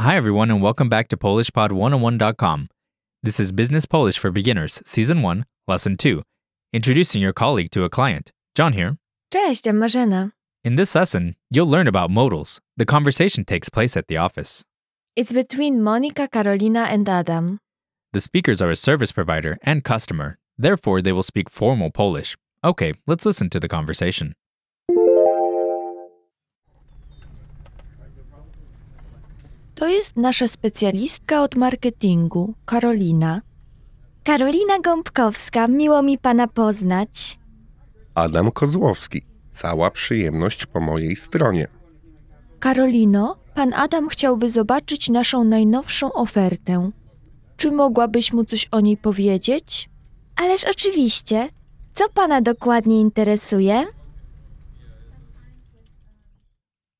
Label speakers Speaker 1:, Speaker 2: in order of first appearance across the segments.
Speaker 1: Hi, everyone, and welcome back to PolishPod101.com. This is Business Polish for Beginners, Season 1, Lesson 2 Introducing Your Colleague to a Client. John here.
Speaker 2: Cześć, Marzena.
Speaker 1: In this lesson, you'll learn about modals. The conversation takes place at the office.
Speaker 2: It's between Monica, Carolina, and Adam.
Speaker 1: The speakers are a service provider and customer, therefore, they will speak formal Polish. Okay, let's listen to the conversation.
Speaker 2: To jest nasza specjalistka od marketingu, Karolina.
Speaker 3: Karolina Gąbkowska, miło mi pana poznać.
Speaker 4: Adam Kozłowski. Cała przyjemność po mojej stronie.
Speaker 2: Karolino, pan Adam chciałby zobaczyć naszą najnowszą ofertę. Czy mogłabyś mu coś o niej powiedzieć?
Speaker 3: Ależ oczywiście. Co pana dokładnie interesuje?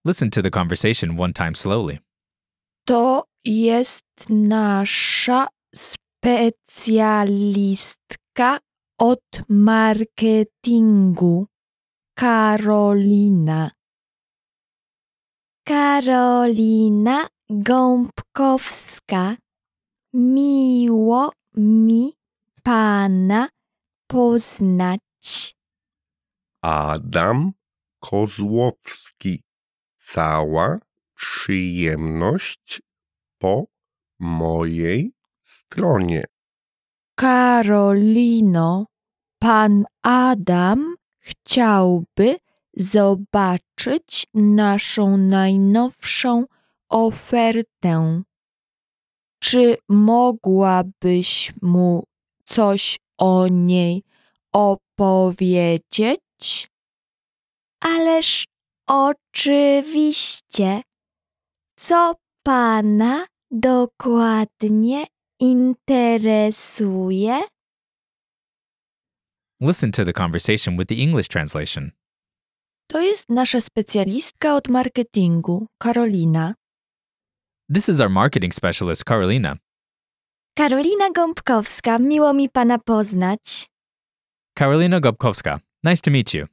Speaker 1: Listen to the conversation one time slowly.
Speaker 2: To jest nasza specjalistka od marketingu, Karolina.
Speaker 3: Karolina Gąbkowska.
Speaker 2: Miło mi pana poznać.
Speaker 4: Adam Kozłowski. Cała przyjemność po mojej stronie.
Speaker 2: Karolino, pan Adam chciałby zobaczyć naszą najnowszą ofertę. Czy mogłabyś mu coś o niej opowiedzieć?
Speaker 3: Ależ oczywiście. Co pana dokładnie interesuje?
Speaker 1: Listen to the conversation with the English translation.
Speaker 2: To jest nasza specjalistka od marketingu, Karolina.
Speaker 1: This is our marketing specialist, Karolina.
Speaker 3: Karolina Gąbkowska, miło mi pana poznać.
Speaker 1: Karolina Gobkowska, nice to meet you.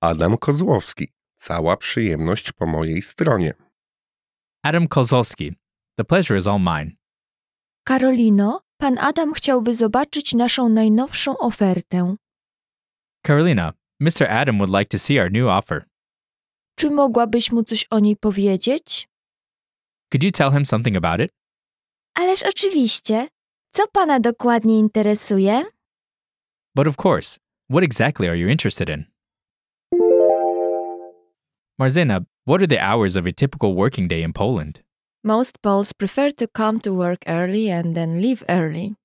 Speaker 4: Adam Kozłowski. Cała przyjemność po mojej stronie.
Speaker 1: Adam Kozlowski, the pleasure is all mine.
Speaker 2: Karolino, pan Adam chciałby zobaczyć naszą najnowszą ofertę.
Speaker 1: Karolina, Mr. Adam would like to see our new offer.
Speaker 2: Czy mogłabyś mu coś o niej powiedzieć?
Speaker 1: Could you tell him something about it?
Speaker 3: Ależ oczywiście. Co pana dokładnie interesuje?
Speaker 1: But of course, what exactly are you interested in? Marzena, what are the hours of a typical working day in Poland?
Speaker 2: Most Poles prefer to come to work early and then leave early.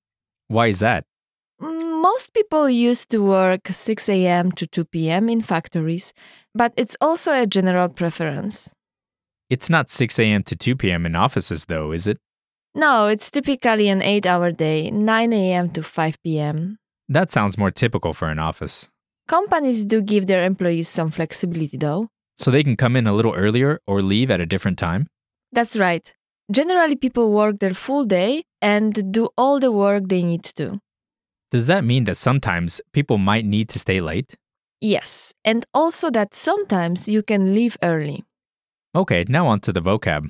Speaker 1: Why is that?
Speaker 2: Mm, Most people used to work 6 a.m. to 2 p.m. in factories, but it's also a general preference.
Speaker 1: It's not 6 a.m. to 2 p.m. in offices, though, is it?
Speaker 2: No, it's typically an 8 hour day, 9 a.m. to 5 p.m.
Speaker 1: That sounds more typical for an office.
Speaker 2: Companies do give their employees some flexibility, though.
Speaker 1: So they can come in a little earlier or leave at a different time?
Speaker 2: That's right. Generally, people work their full day and do all the work they need to do.
Speaker 1: Does that mean that sometimes people might need to stay late?
Speaker 2: Yes, and also that sometimes you can leave early.
Speaker 1: Okay, now on to the vocab.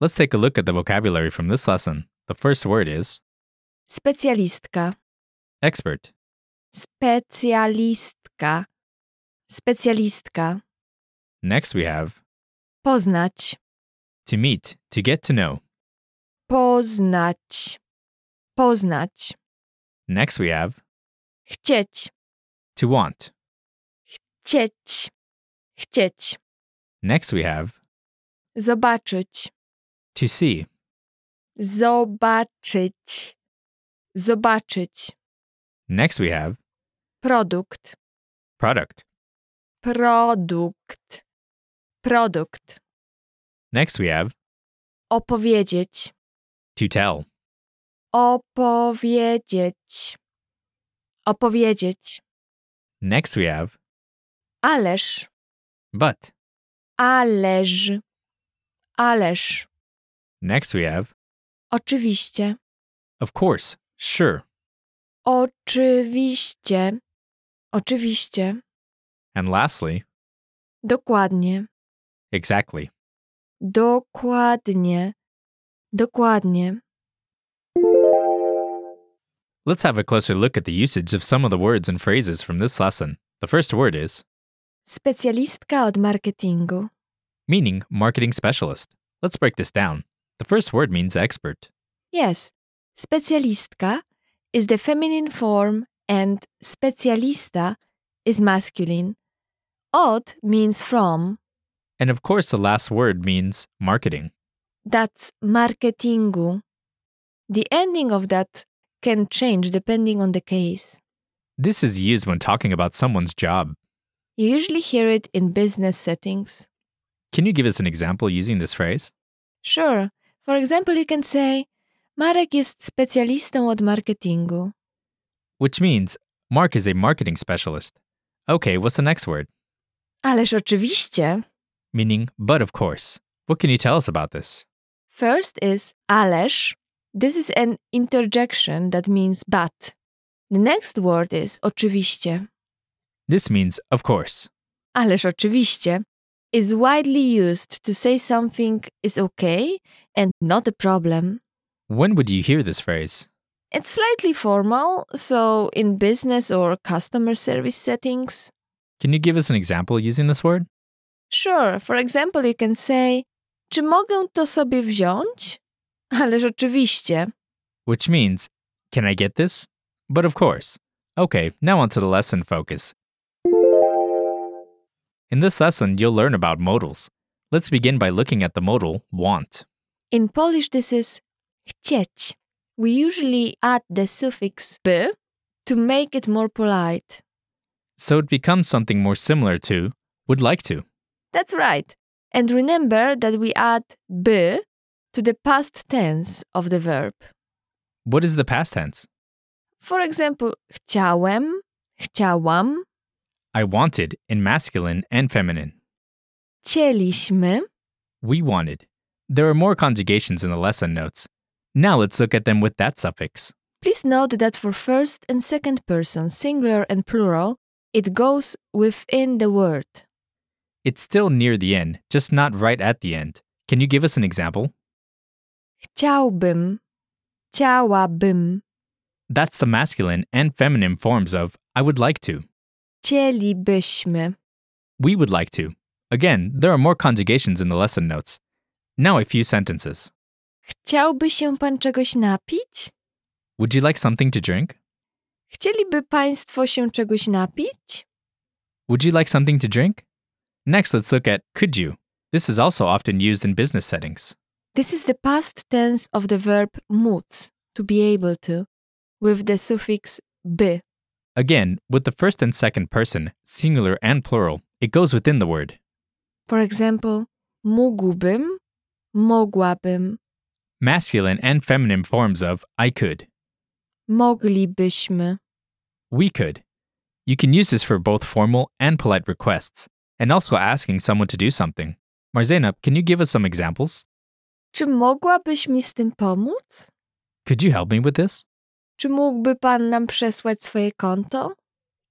Speaker 1: Let's take a look at the vocabulary from this lesson. The first word is
Speaker 2: Specjalistka.
Speaker 1: expert,
Speaker 2: Specjalistka. Specjalistka.
Speaker 1: next we have
Speaker 2: Poznać.
Speaker 1: to meet, to get to know,
Speaker 2: Poznać. Poznać.
Speaker 1: next we have
Speaker 2: Chcieć.
Speaker 1: to want,
Speaker 2: Chcieć. Chcieć.
Speaker 1: next we have
Speaker 2: Zobaczyć.
Speaker 1: to see,
Speaker 2: Zobaczyć. Zobaczyć.
Speaker 1: next we have
Speaker 2: Produkt.
Speaker 1: product,
Speaker 2: Produkt. Produkt.
Speaker 1: next we have
Speaker 2: Opowiedzieć.
Speaker 1: to tell,
Speaker 2: Opowiedzieć. Opowiedzieć.
Speaker 1: next we have
Speaker 2: Ależ.
Speaker 1: but,
Speaker 2: Ależ. Ależ.
Speaker 1: next we have
Speaker 2: Oczywiście.
Speaker 1: of course, sure,
Speaker 2: Oczywiście. Oczywiście.
Speaker 1: and lastly,
Speaker 2: Dokładnie.
Speaker 1: exactly.
Speaker 2: Dokładnie. Dokładnie.
Speaker 1: Let's have a closer look at the usage of some of the words and phrases from this lesson. The first word is
Speaker 2: Specjalistka od marketingu.
Speaker 1: meaning marketing specialist. Let's break this down. The first word means expert.
Speaker 2: Yes. Specjalistka is the feminine form and specjalista is masculine. Od means from.
Speaker 1: And of course, the last word means marketing.
Speaker 2: That's marketingu. The ending of that can change depending on the case.
Speaker 1: This is used when talking about someone's job.
Speaker 2: You usually hear it in business settings.
Speaker 1: Can you give us an example using this phrase?
Speaker 2: Sure. For example, you can say, Marek jest specjalistą od marketingu.
Speaker 1: Which means Mark is a marketing specialist. Okay, what's the next word?
Speaker 2: Ależ oczywiście.
Speaker 1: Meaning, but of course. What can you tell us about this?
Speaker 2: First is ależ. This is an interjection that means but. The next word is oczywiście.
Speaker 1: This means, of course.
Speaker 2: Ależ oczywiście is widely used to say something is okay and not a problem.
Speaker 1: When would you hear this phrase?
Speaker 2: It's slightly formal, so in business or customer service settings.
Speaker 1: Can you give us an example using this word?
Speaker 2: Sure, for example, you can say, Czy mogę to sobie wziąć? Ależ oczywiście.
Speaker 1: Which means, can I get this? But of course. Okay, now on to the lesson focus. In this lesson, you'll learn about modals. Let's begin by looking at the modal want.
Speaker 2: In Polish, this is chcieć. We usually add the suffix by to make it more polite.
Speaker 1: So it becomes something more similar to would like to.
Speaker 2: That's right. And remember that we add by to the past tense of the verb.
Speaker 1: What is the past tense?
Speaker 2: For example, chciałem, chciałam,
Speaker 1: I wanted in masculine and feminine.
Speaker 2: chcieliśmy.
Speaker 1: We wanted. There are more conjugations in the lesson notes. Now let's look at them with that suffix.
Speaker 2: Please note that for first and second person, singular and plural, it goes within the word.
Speaker 1: It's still near the end, just not right at the end. Can you give us an example?
Speaker 2: Chciałbym, chciałabym,
Speaker 1: That's the masculine and feminine forms of I would like to.
Speaker 2: chcielibyśmy.
Speaker 1: We would like to. Again, there are more conjugations in the lesson notes. Now a few sentences.
Speaker 2: Chciałby się pan czegoś napić?
Speaker 1: Would you like something to drink?
Speaker 2: Chcieliby państwo się czegoś napić?
Speaker 1: Would you like something to drink? Next, let's look at could you. This is also often used in business settings.
Speaker 2: This is the past tense of the verb móc, to be able to, with the suffix by.
Speaker 1: Again, with the first and second person, singular and plural, it goes within the word.
Speaker 2: For example, mógłbym, mogłabym,
Speaker 1: Masculine and feminine forms of I could,
Speaker 2: moglibyśmy.
Speaker 1: we could. You can use this for both formal and polite requests, and also asking someone to do something. Marzena, can you give us some examples?
Speaker 2: Czy mogłabyś mi z tym pomóc?
Speaker 1: Could you help me with this?
Speaker 2: Czy mógłby pan nam przesłać swoje konto?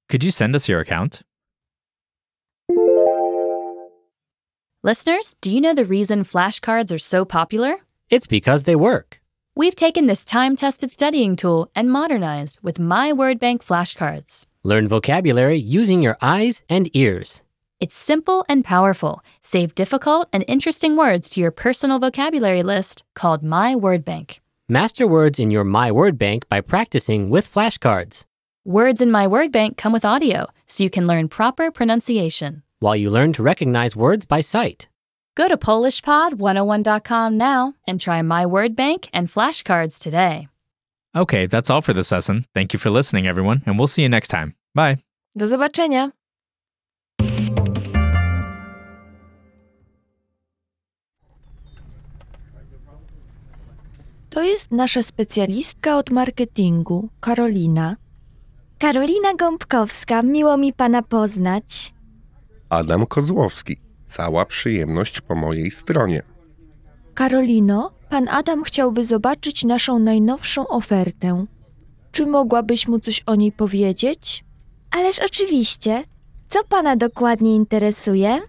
Speaker 1: Could you send us your account?
Speaker 5: Listeners, do you know the reason flashcards are so popular?
Speaker 6: It's because they work.
Speaker 5: We've taken this time tested studying tool and modernized with My Word Bank flashcards.
Speaker 6: Learn vocabulary using your eyes and ears.
Speaker 5: It's simple and powerful. Save difficult and interesting words to your personal vocabulary list called My Word Bank.
Speaker 6: Master words in your My Word Bank by practicing with flashcards.
Speaker 5: Words in My Word Bank come with audio, so you can learn proper pronunciation.
Speaker 6: While you learn to recognize words by sight,
Speaker 5: Go to PolishPod101.com now and try My Word Bank and flashcards today.
Speaker 1: Okay, that's all for this lesson. Thank you for listening, everyone, and we'll see you next time. Bye.
Speaker 2: Do zobaczenia! To jest nasza specjalistka od marketingu, Karolina.
Speaker 3: Karolina Gąbkowska, miło mi pana poznać.
Speaker 4: Adam Kozłowski. Cała przyjemność po mojej stronie.
Speaker 2: Karolino, pan Adam chciałby zobaczyć naszą najnowszą ofertę. Czy mogłabyś mu coś o niej powiedzieć?
Speaker 3: Ależ oczywiście. Co pana dokładnie interesuje?